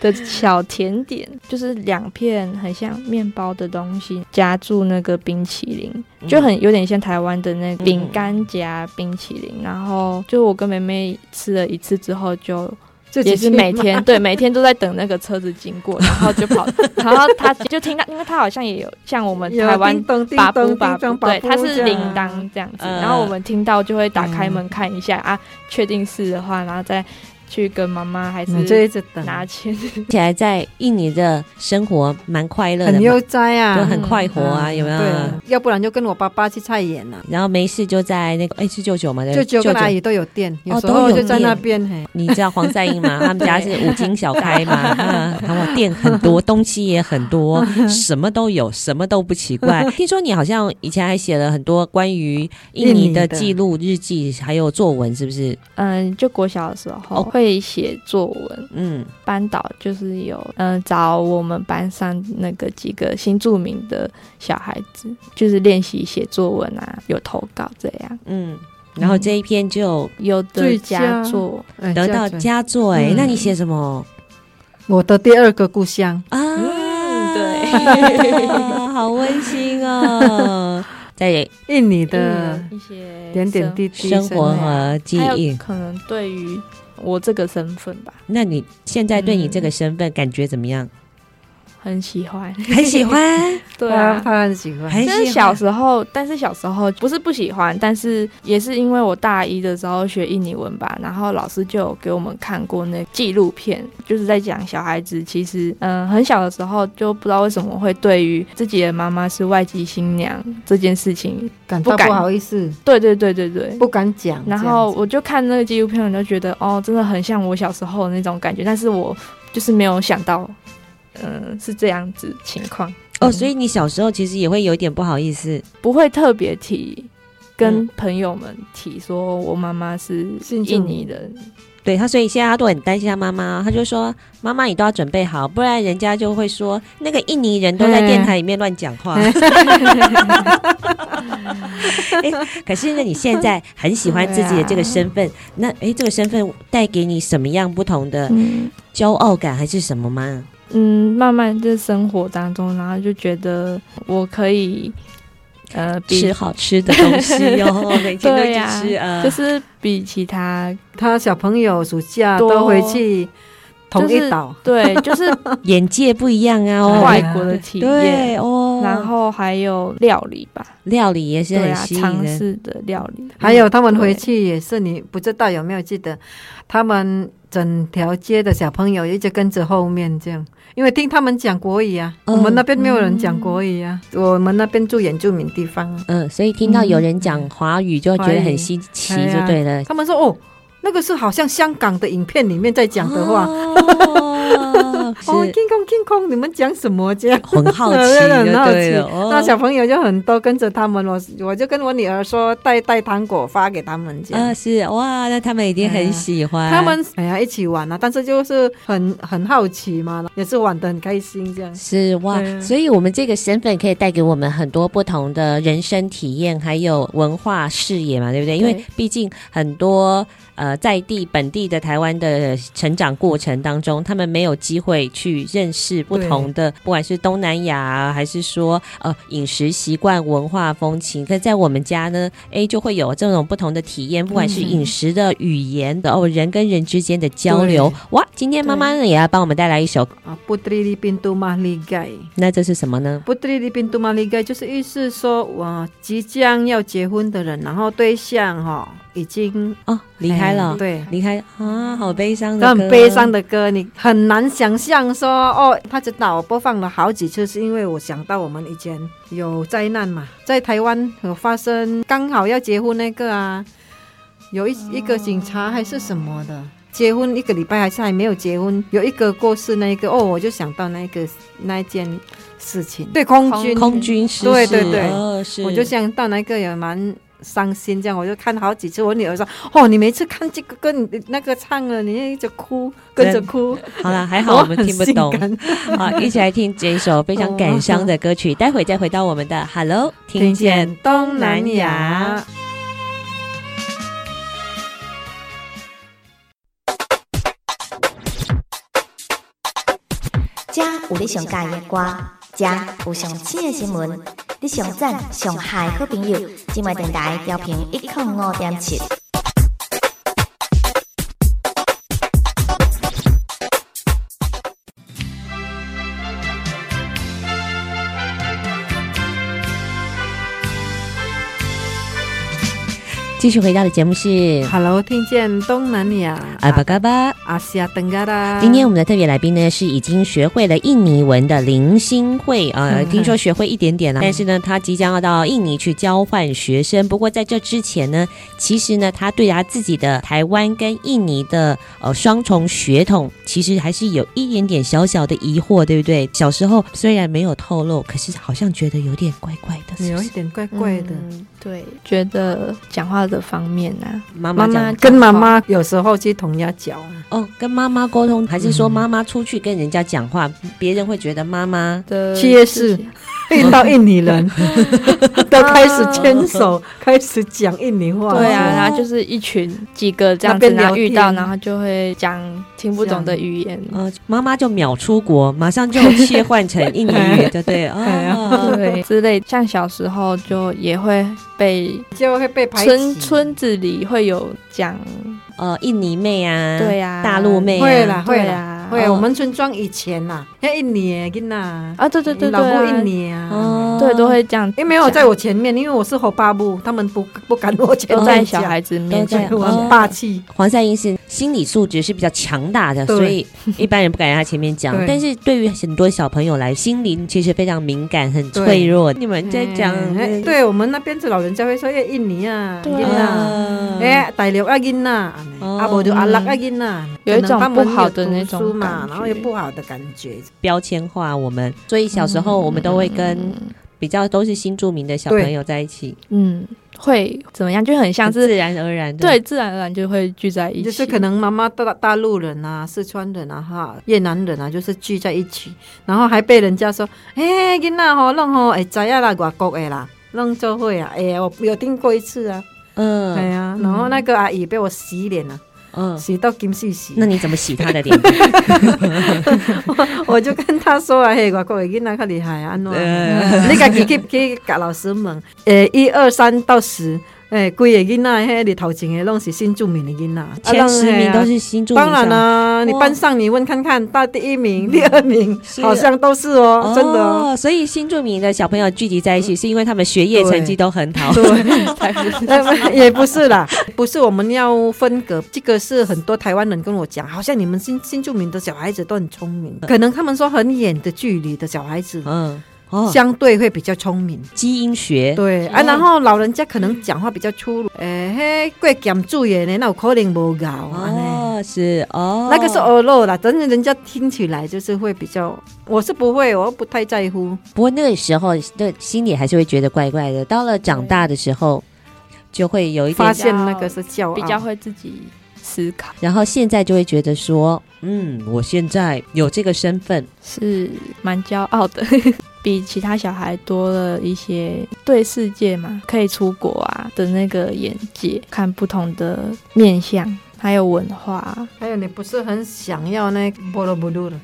的小甜点，就是两片很像面包的东西夹住那个冰淇淋，
嗯
就很有点像台湾的那个饼干夹冰淇淋。然后就我跟妹妹吃了一次之后就。
自己
也是
去
每
买 <laughs>
天对每天都在等那个车子经过，然后就跑，然后他就听到，因为他好像也有像我们
有啊
台湾
叮咚叮
把
咚
布
叮
把
咚
布，
把
对，
布
它是
这
铃
样嗯
铛这样子，
嗯
然后我们听到就会打开门看一下啊，确定是的话，然后再去跟妈妈还
你就是嗯一直等，
拿钱， <laughs>
听起来在印尼的生活蛮快乐的
很
嘛，
悠哉
就
啊。
很快活啊，
嗯
有没有？
对，要不然就跟我爸爸去菜园啊，
然后没事就在那个哎是舅舅嘛，对不
舅
对
舅跟阿姨都有店，有
哦
时
都
候
有
就在
店
那边嘿。
你知道黄赛英吗？他们家是五金小开嘛，啊然后店很多，东西也很多，什么都有，什么都不奇怪。听说你好像以前还写了很多关于印尼的记录、日记，还有作文，是不是？
嗯，就国小的时候
哦
会写作文，
嗯，
班导就是有嗯找我们班上那个几个新著名的小孩子，就是练习写作文啊，有投稿这样，
嗯，然后这一篇就
有的
最
佳
佳
作。
哎
得到
这样子
佳作哎、
嗯
那你写什么
我的第二个故乡，
啊？
对
啊 <laughs> 好温馨哦，在
印尼的
嗯的一些
点点
生
滴滴
生活
啊
和记
还有
忆。
可能对于我这个身份吧，
那你现在对你这个身份感觉怎么样？
很喜欢，
很喜欢，
对
他
啊。
他很喜欢。
很喜
就是
欢。
小时候，但是小时候不是不喜欢，但是也是因为我大一的时候学印尼文吧，然后老师就有给我们看过那纪录片，就是在讲小孩子其实，嗯，很小的时候就不知道为什么会对于自己的妈妈是外籍新娘这件事情，
感到
不敢
不好意思，
对对对对对，
不敢讲。
然
这样
后
子
我就看那个纪录片，我就觉得哦，真的很像我小时候的那种感觉，但是我就是没有想到，嗯、是这样子情况，
哦，所以你小时候其实也会有点不好意思，
不会特别提跟
嗯
朋友们提说我妈妈是
新住
印
民
尼人，
对他，所以现在他都很担心他妈妈，他就说：“妈妈，你都要准备好，不然人家就会说那个印尼人都在电台里面乱讲
<laughs>
话。哎，可是呢，你现在很喜欢自己的这个身份，那哎，这个身份带给你什么样不同的
嗯
骄傲感，还是什么吗？
嗯，慢慢在生活当中，然后就觉得我可以，呃，
吃
比
好吃的东西哟、 <laughs> 每天都
对
去
呀、
吃啊，
就是比其他
他小朋友暑假
多
都回去同
就
一
是
岛，
<laughs>
对，就是
眼界不一样啊哦，
外国的体验。
对哦，
然后还有料理吧，
料理也是
对
很
啊，
吸引
尝
人。
试的料理，
还有他们回
对
去也是，你不知道有没有记得，他们整条街的小朋友一直跟着后面这样，因为听他们讲国语啊，
嗯
我们那边没有人讲国语啊，我们那边住原住民地方啊，
嗯，所以听到有人讲华语，就觉得很
嗯
稀奇，
华语
就对了。
他们说哦，那个是好像香港的影片里面在讲的话，
哦
<laughs> 哦，
是
天空天空，你们讲什么这样？
很好奇，
对很好
就
奇
对了。哦
<laughs> 那小朋友就很多跟着他们，我我就跟我女儿说带带糖果发给他们这样。
啊是哇，那他们一定很喜欢
哎他们哎呀一起玩啊，但是就是很很好奇嘛，也是玩的很开心这样。
是哇，
对啊
所以我们这个身份可以带给我们很多不同的人生体验，还有文化视野嘛，对不对？因为毕竟很多呃在地本地的台湾的成长过程当中，他们没有机会去认识不同的，不管是东南亚啊还是说呃饮食习惯、文化风情，可在我们家呢，哎就会有这种不同的体
嗯
验，不管是饮食的、语言的哦，人跟人之间的交流。哇，今天妈妈呢也要帮我们带来一首，
啊，putri di pintu mahligai。
那这是什么呢？
Putri di pintu mahligai 就是意思说，我即将要结婚的人，然后对象哈、已经
哦，离开了
哎，对。
离开啊，好悲伤的，
这很悲伤。的歌，你很难想象说哦，他指导我播放了好几次，是因为我想到我们以前有灾难嘛，在台湾有发生，刚好要结婚那个啊，有一一个警察还是什么的，结婚一个礼拜还是还没有结婚，有一个过世那一个哦，我就想到那个那一件事情，对空军，
空军失事，
对对对
哦、是
我就想到那个也蛮。伤心，这样我就看好几次。我女儿说：“哦，你每次看这个跟你那个唱了，你一直哭，跟着哭。”
好了，
<laughs>
还好我们听不懂
我。很性感
好，一起来听这首非常感伤的歌曲，待会再回到我们的 Hello，听
听
见
见东南亚。
遮有你上喜欢的歌，遮有上新的新闻，你上赞上嗨好朋友，今晚电台调频一点五点七。
继续回到的节目是
Hello，听见东南亚啊
阿巴嘎巴。
阿西亚登嘎啦。
哎今天我们的特别来宾呢是已经学会了印尼文的林星慧啊、呃，
嗯
听说学会一点点了，但是呢，她即将要到印尼去交换学生。不过在这之前呢，其实呢，她对她自己的台湾跟印尼的呃双重血统，其实还是有一点点小小的疑惑，对不对？小时候虽然没有透露，可是好像觉得有点怪怪的，是
有
不
一
是？
点怪怪的，
嗯对，觉得讲话的方面啊，
妈
妈
妈讲
妈
跟妈
讲话
妈有时候鸡同鸭讲。
哦，跟妈妈沟通，还是说妈妈出去跟人家讲话，别人会觉得妈妈
的
七夜市
自己
遇到印尼人，都开始牵手，开始讲印尼话。
对啊，然后就是一群几个这样
哦那
子，
边
然后
聊
遇到，
天
然后就会讲听不懂的语言。
嗯
呃，妈妈就秒出国，马上就切换成印尼语，对不对？啊，
对，之类，像小时候就也会被
就会被排
村
挤。
村子里会有讲，
呃，印尼妹啊，
<laughs> 对啊
大陆妹啊
嗯会啦，会
对
啦，
啊，
会。
哦
我们村庄以前啦，要印尼的囡仔，
啊，对对对对
老婆
啊
印，尼啊。
哦，
对，都会这样，
因为没有在我前面，因为我是后巴布，他们不不敢我前
都
面
在
讲
小，孩子面
都在
前
我
哦
很霸气。
黄赛英是心理素质是比较强大的，
对
所以一般人不敢在他前面讲。
对
但是对于很多小朋友来，心灵其实非常敏感，很脆弱。你们在讲
嗯哎对我们那边是老人家会说，哎，印尼啊，
对嗯
囡仔，
啊，
哎，大陆啊，囡仔，
哦
啊，无就阿拉啊，囡仔，
有一
可
种
能他们
不好的
有
那
读
种
书嘛
感，觉
然后有不好的感觉，
标签化我们，所以小时候
嗯
我们都会跟比较都是新著名的小朋友在一起，
嗯会怎么样，就很像
自
是
然而然的
对自然而然就会聚在一起，
就是可能妈妈大大陆人啊、四川人啊、哈越南人啊，就是聚在一起，然后还被人家说，哎、囡仔吼，弄吼，哎，知啊啦，外国的啦，弄做会啊，哎、呀，我有听过一次啊，
嗯
哎呀、然后那个阿姨被我洗脸啊，
嗯，
洗到金细洗，
那你怎么洗他的脸？
我就跟她说啊，嘿，外国的囡仔较厉害啊，安怎啊？你家己去去甲老师问，诶、一二三到十。诶，规个囡仔，迄你头前的拢是新住民的囡仔，
前十名都
是。
是新著名小，
啊当然啊啦、你
哇
班上你问看看，到第一名、第二名
是啊
好像都是哦，真的嗯哦。 <laughs>
哦，所以新著名的小朋友聚集在一起，是因为他们学业成绩都很好。
对，也不是啦，不是我们要分隔，这个是很多台湾人跟我讲，好像你们新新住民的小孩子都很聪明，可能他们说很远的距离的小孩子，
<laughs> 嗯，哦，
相对会比较聪明。
基因学，
对啊，然后老人家可能讲话比较粗鲁，诶、嘿，过咸注的呢，那有可能无搞啊
嗯哦，是哦，
那个是鹅肉啦，但是人家听起来就是会比较，我是不会，我不太在乎。
不过那个时候的心里还是会觉得怪怪的。到了长大的时候，就会有一
发
点，
现那个是啊骄傲，
比较会自己思考，
然后现在就会觉得说，嗯，我现在有这个身份，
是蛮骄傲的。 <laughs> 比其他小孩多了一些对世界嘛，可以出国啊的那个眼界，看不同的面相，还有文化啊
还有你不是很想要那菠萝不露的，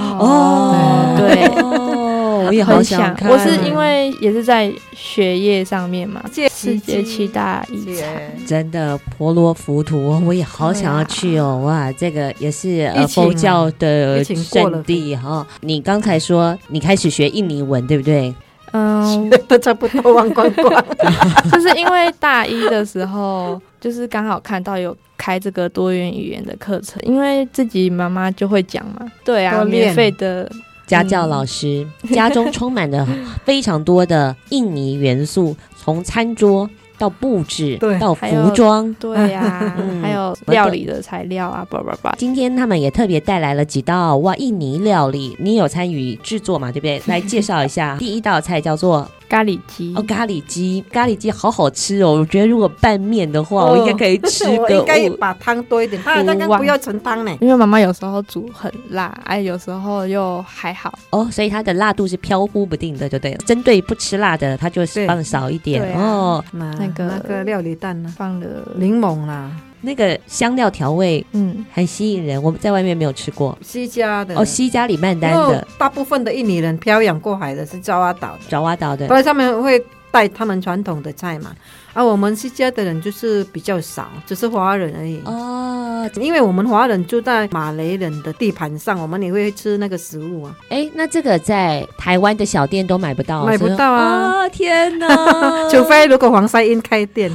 哦
哦
对，
<laughs> 哦，我也好
很
想看，
我是因为也是在学业上面嘛，
界
世界七大遗产，
啊
<laughs> 真的婆罗浮屠，我也好想要去哦！哇，这个也是呃
啊疫情啊
佛教的
疫情过了
圣地哈、你刚才说你开始学印尼文，对不对？
<laughs>
嗯，
都差不多忘光光。
<laughs>
就是因为大一的时候，就是刚好看到有开这个多元语言的课程，因为自己妈妈就会讲嘛，对啊，
多练
免费的，
家教老师，
嗯
家中充满了非常多的印尼元素，从餐桌到布置，
对
到
还有
服装。
对啊
<laughs> 嗯，
还有料理的材料啊，叭叭叭，
今天他们也特别带来了几道哇印尼料理，你有参与制作嘛？对不对？来介绍
<laughs>
一下，第一道菜叫做
咖喱鸡
嗯
哦，咖喱鸡，咖喱鸡好好吃哦！我觉得如果拌面的话，
哦
我应该可以吃
<laughs> 我
个
应该
五。
把汤多一点，啊，刚刚不要盛汤呢。
因为妈妈有时候煮很辣，哎，有时候又还好，
哦，所以它的辣度是飘忽不定的，就对了。针对不吃辣的，它就是
对
放少一点、
对啊
哦。
那
那个
那个料理蛋呢？
放了，
柠檬啦，
那个香料调味
嗯，
很吸引人，我们在外面没有吃过。
西加的
哦，西加里曼丹
因为
的
大部分的印尼人漂洋过海的是爪哇岛的，
爪哇岛的
所以他们会带他们传统的菜嘛。啊，我们西家的人就是比较少，只是华人而已。
哦，
因为我们华人住在马来人的地盘上，我们也会吃那个食物啊。
哎，那这个在台湾的小店都买不到，
买不到啊！
哦天哪
<laughs>
<laughs>
除非如果黄赛英开店，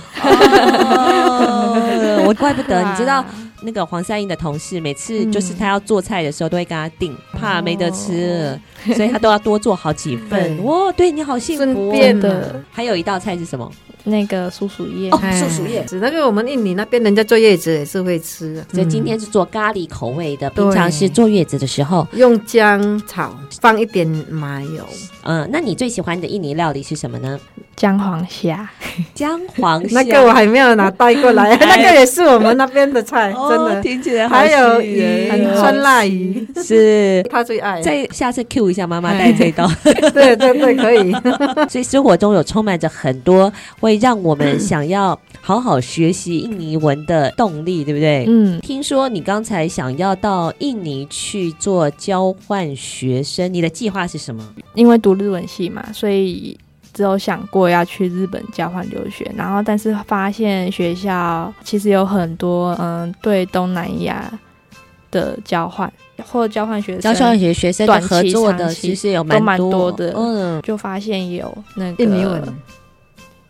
<laughs>
哦我怪不得，
哇
你知道那个黄善英的同事，每次就是他要做菜的时候，都会跟他订，怕没得吃，所以他都要多做好几份。
哦对
哇，对你好幸福
顺
哦。
便嗯
的
还有一道菜是什么？
那个叔叔叶，
哦，树薯叶。
哎只那个我们印尼那边人家坐月子也是会吃啊，
所以今天是做咖喱口味的，
对
平常是坐月子的时候。
用姜炒，放一点麻油，
嗯，那你最喜欢的印尼料理是什么呢？
姜黄虾，
姜
<laughs>
黄虾。
那个我还没有拿带过
<laughs>
来，那个也是我们那边的菜，真
哎哦
的。
听起来好
还有
吸引
鱼，
人哦
酸辣鱼，
是。
他最爱。
再下次 Q 一下妈妈带这一道。
对对对，可
<laughs>
以。
所以生活中有充满着很多会让我们想要好好学习印尼文的动力，对不对？
嗯，
听说你刚才想要到印尼去做交换学生，你的计划是什么？
因为读日文系嘛，所以只有想过要去日本交换留学，然后但是发现学校其实有很多嗯对东南亚的交换或交换学生，
交换学学生的
短期
合作的
长期
其实有
都蛮
多
多的
嗯，
就发现有那个
印尼文，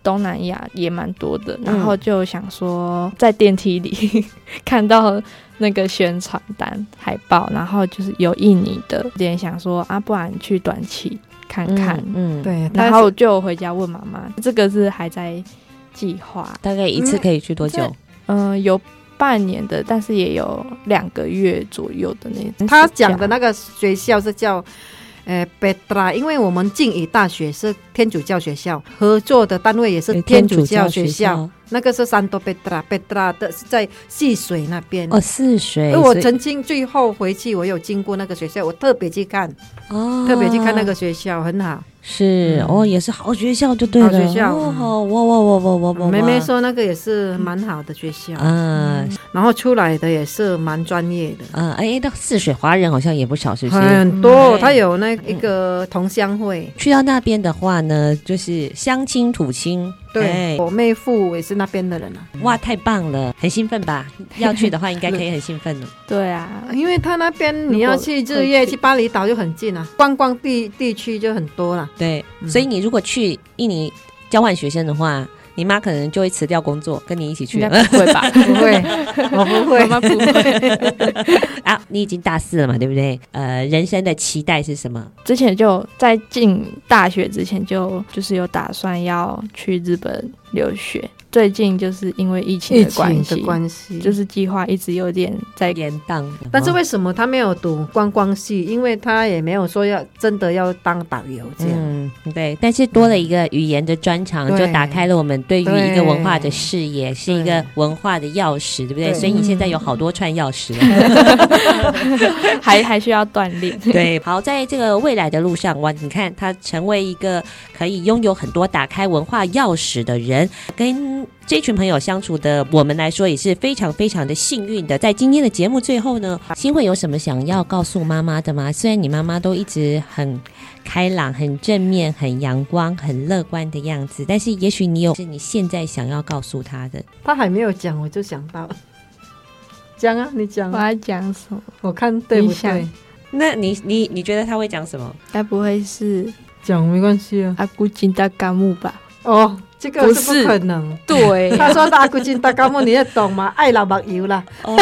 东南亚也蛮多的，
嗯
然后就想说在电梯里 <laughs> 看到那个宣传单海报，然后就是有印尼的，也想说啊，不然去短期看看。
嗯，
对，
然后就回家问妈妈，这个是还在计划，
大概一次可以去多久？
嗯、有半年的，但是也有两个月左右的那种。
他讲的那个学校是叫。呃，Petra，因为我们静怡大学是天主教学校，合作的单位也是天主教学校，那个是山多 Petra，Petra 的是在戏水那边。
哦，泗水，
而嗯我
所以
曾经最后回去，我有经过那个学校，我特别去看，
哦
特别去看那个学校，很好。
是
嗯
哦，也是好学校就对
好
了，
学校
哦，
嗯
好，哇哇哇哇哦哇哇，
妹嗯
哇
妹说那个也是蛮好的学校，
啊
然后出来的也是蛮专业的，
啊，哎，那泗水华人好像也不少，是不嗯是？
很多。他有那一个同乡会，
去到那边的话呢，就是乡亲土亲，
对
哎
我妹夫也是那边的人啊。
哇，太棒了，很兴奋吧？要去的话，应该可以很兴奋哦了。
对啊，
因为他那边你要去日
如果可以
月
去
去巴厘岛就很近啊，观光地地区就很多了。
对，
嗯
所以你如果去印尼交换学生的话，你妈可能就会辞掉工作，跟你一起
应
去
该不会吧？
不会，我不会，
妈妈不会。
<laughs> 啊。你已经大四了嘛，对不对？呃，人生的期待是什么？
之前就在进大学之前就就是有打算要去日本留学，最近就是因为疫情
疫
的关
情
系
的，关系。
就是是计划一直有点在
延宕，
但是为什么他没有读观光系？因为他也没有说要真的要当导游这样。
嗯，对，但是多了一个语言的专长，
对
就打开了我们对于一个文化的视野，是一个
对
文化的钥匙，对不对？
对
所以你现在有好多串钥匙 <laughs> 了。
还 <laughs> 还需要锻炼。
<laughs> 对，好，在这个未来的路上，哇，你看他成为一个可以拥有很多打开文化钥匙的人，跟这群朋友相处的我们来说也是非常非常的幸运的。在今天的节目最后呢，新会有什么想要告诉妈妈的吗？虽然你妈妈都一直很开朗、很正面、很阳光、很乐观的样子，但是也许你有是你现在想要告诉她的。
他还没有讲，我就想到。 <laughs> 讲啊，你讲
我
啊，
要讲什么？
我看对不
你想
对？
那你你你觉得她会讲什么？
该不会是
讲没关系啊。
阿古金大干木吧？
哦，这个
不
是
是
不可
<laughs>
能。
对啊
他说大古金大高木，你也懂吗？爱老板油啦，
哦，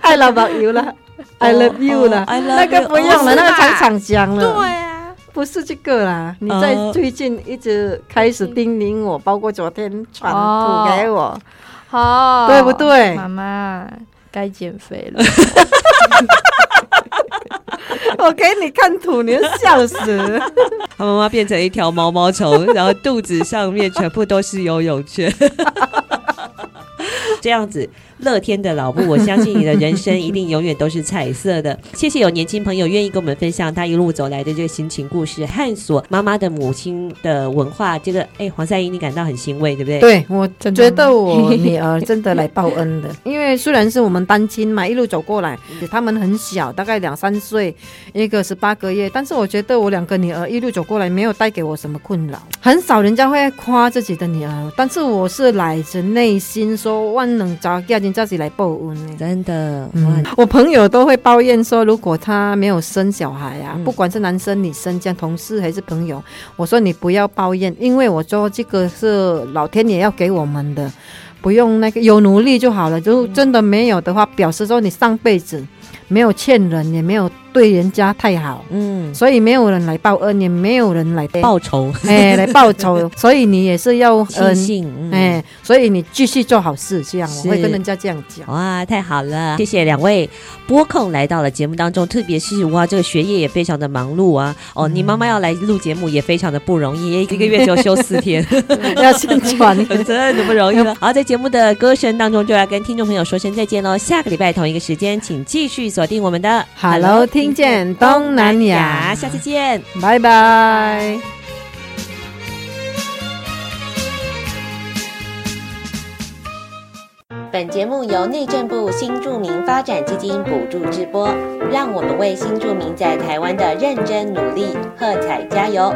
爱老板油啦，I
哦
love you 啦。
哦 I
那
love
个不
you，
用
哦
了，那个常常讲了。对
啊，
不是这个啦。你在
呃
最近一直开始叮咛我，包括昨天传
哦
图给我， <laughs>
好，
对不对
啊妈妈该减肥了。
我给你看图，你就笑死。
他妈妈变成一条毛毛虫， <laughs> 然后 <laughs> 肚子上面全部都是游泳圈。这样子，乐天的老布，我相信你的人生一定永远都是彩色的。谢谢有年轻朋友愿意跟我们分享他一路走来的这个心情故事，探索妈妈的母亲的文化。这个，哎，黄赛英，你感到很欣慰，对不对？
对我
真的
觉
吗
得我女儿真的来报恩的，因为虽然是我们单亲嘛，一路走过来，他们很小，大概两三岁，一个十八个月，但是我觉得我两个女儿一路走过来，没有带给我什么困扰，很少人家会夸自己的女儿，但是我是来自内心说，万能找家人自己来报恩的。
真的，哇
嗯，，我朋友都会抱怨说，如果他没有生小孩啊，
嗯
不管是男生女生，这样同事还是朋友，我说你不要抱怨，因为我说这个是老天爷要给我们的，不用那个有努力就好了。就真的没有的话，表示说你上辈子没有欠人，也没有对人家太好，
嗯，
所以没有人来报恩，也没有人来
报仇，
哎来报仇，
<laughs>
所以你也是要
庆
恩。
幸，嗯
哎，所以你继续做好事，这样我会
是
跟人家这样讲。
哇，太好了！谢谢两位播控来到了节目当中，特别是哇，这个学业也非常的忙碌啊。哦，
嗯
你妈妈要来录节目也非常的
<laughs>
不容易，一个月只有休四天，
要宣传
<laughs>
<laughs>
真的不容易了。好，在节目的歌声当中，就要跟听众朋友说声再见喽。下个礼拜同一个时间，请继续锁定我们的
Hello，听见东南亚，
下次见。
拜拜。
本节目由内政部新住民发展基金补助直播，让我们为新住民在台湾的认真努力喝彩加油！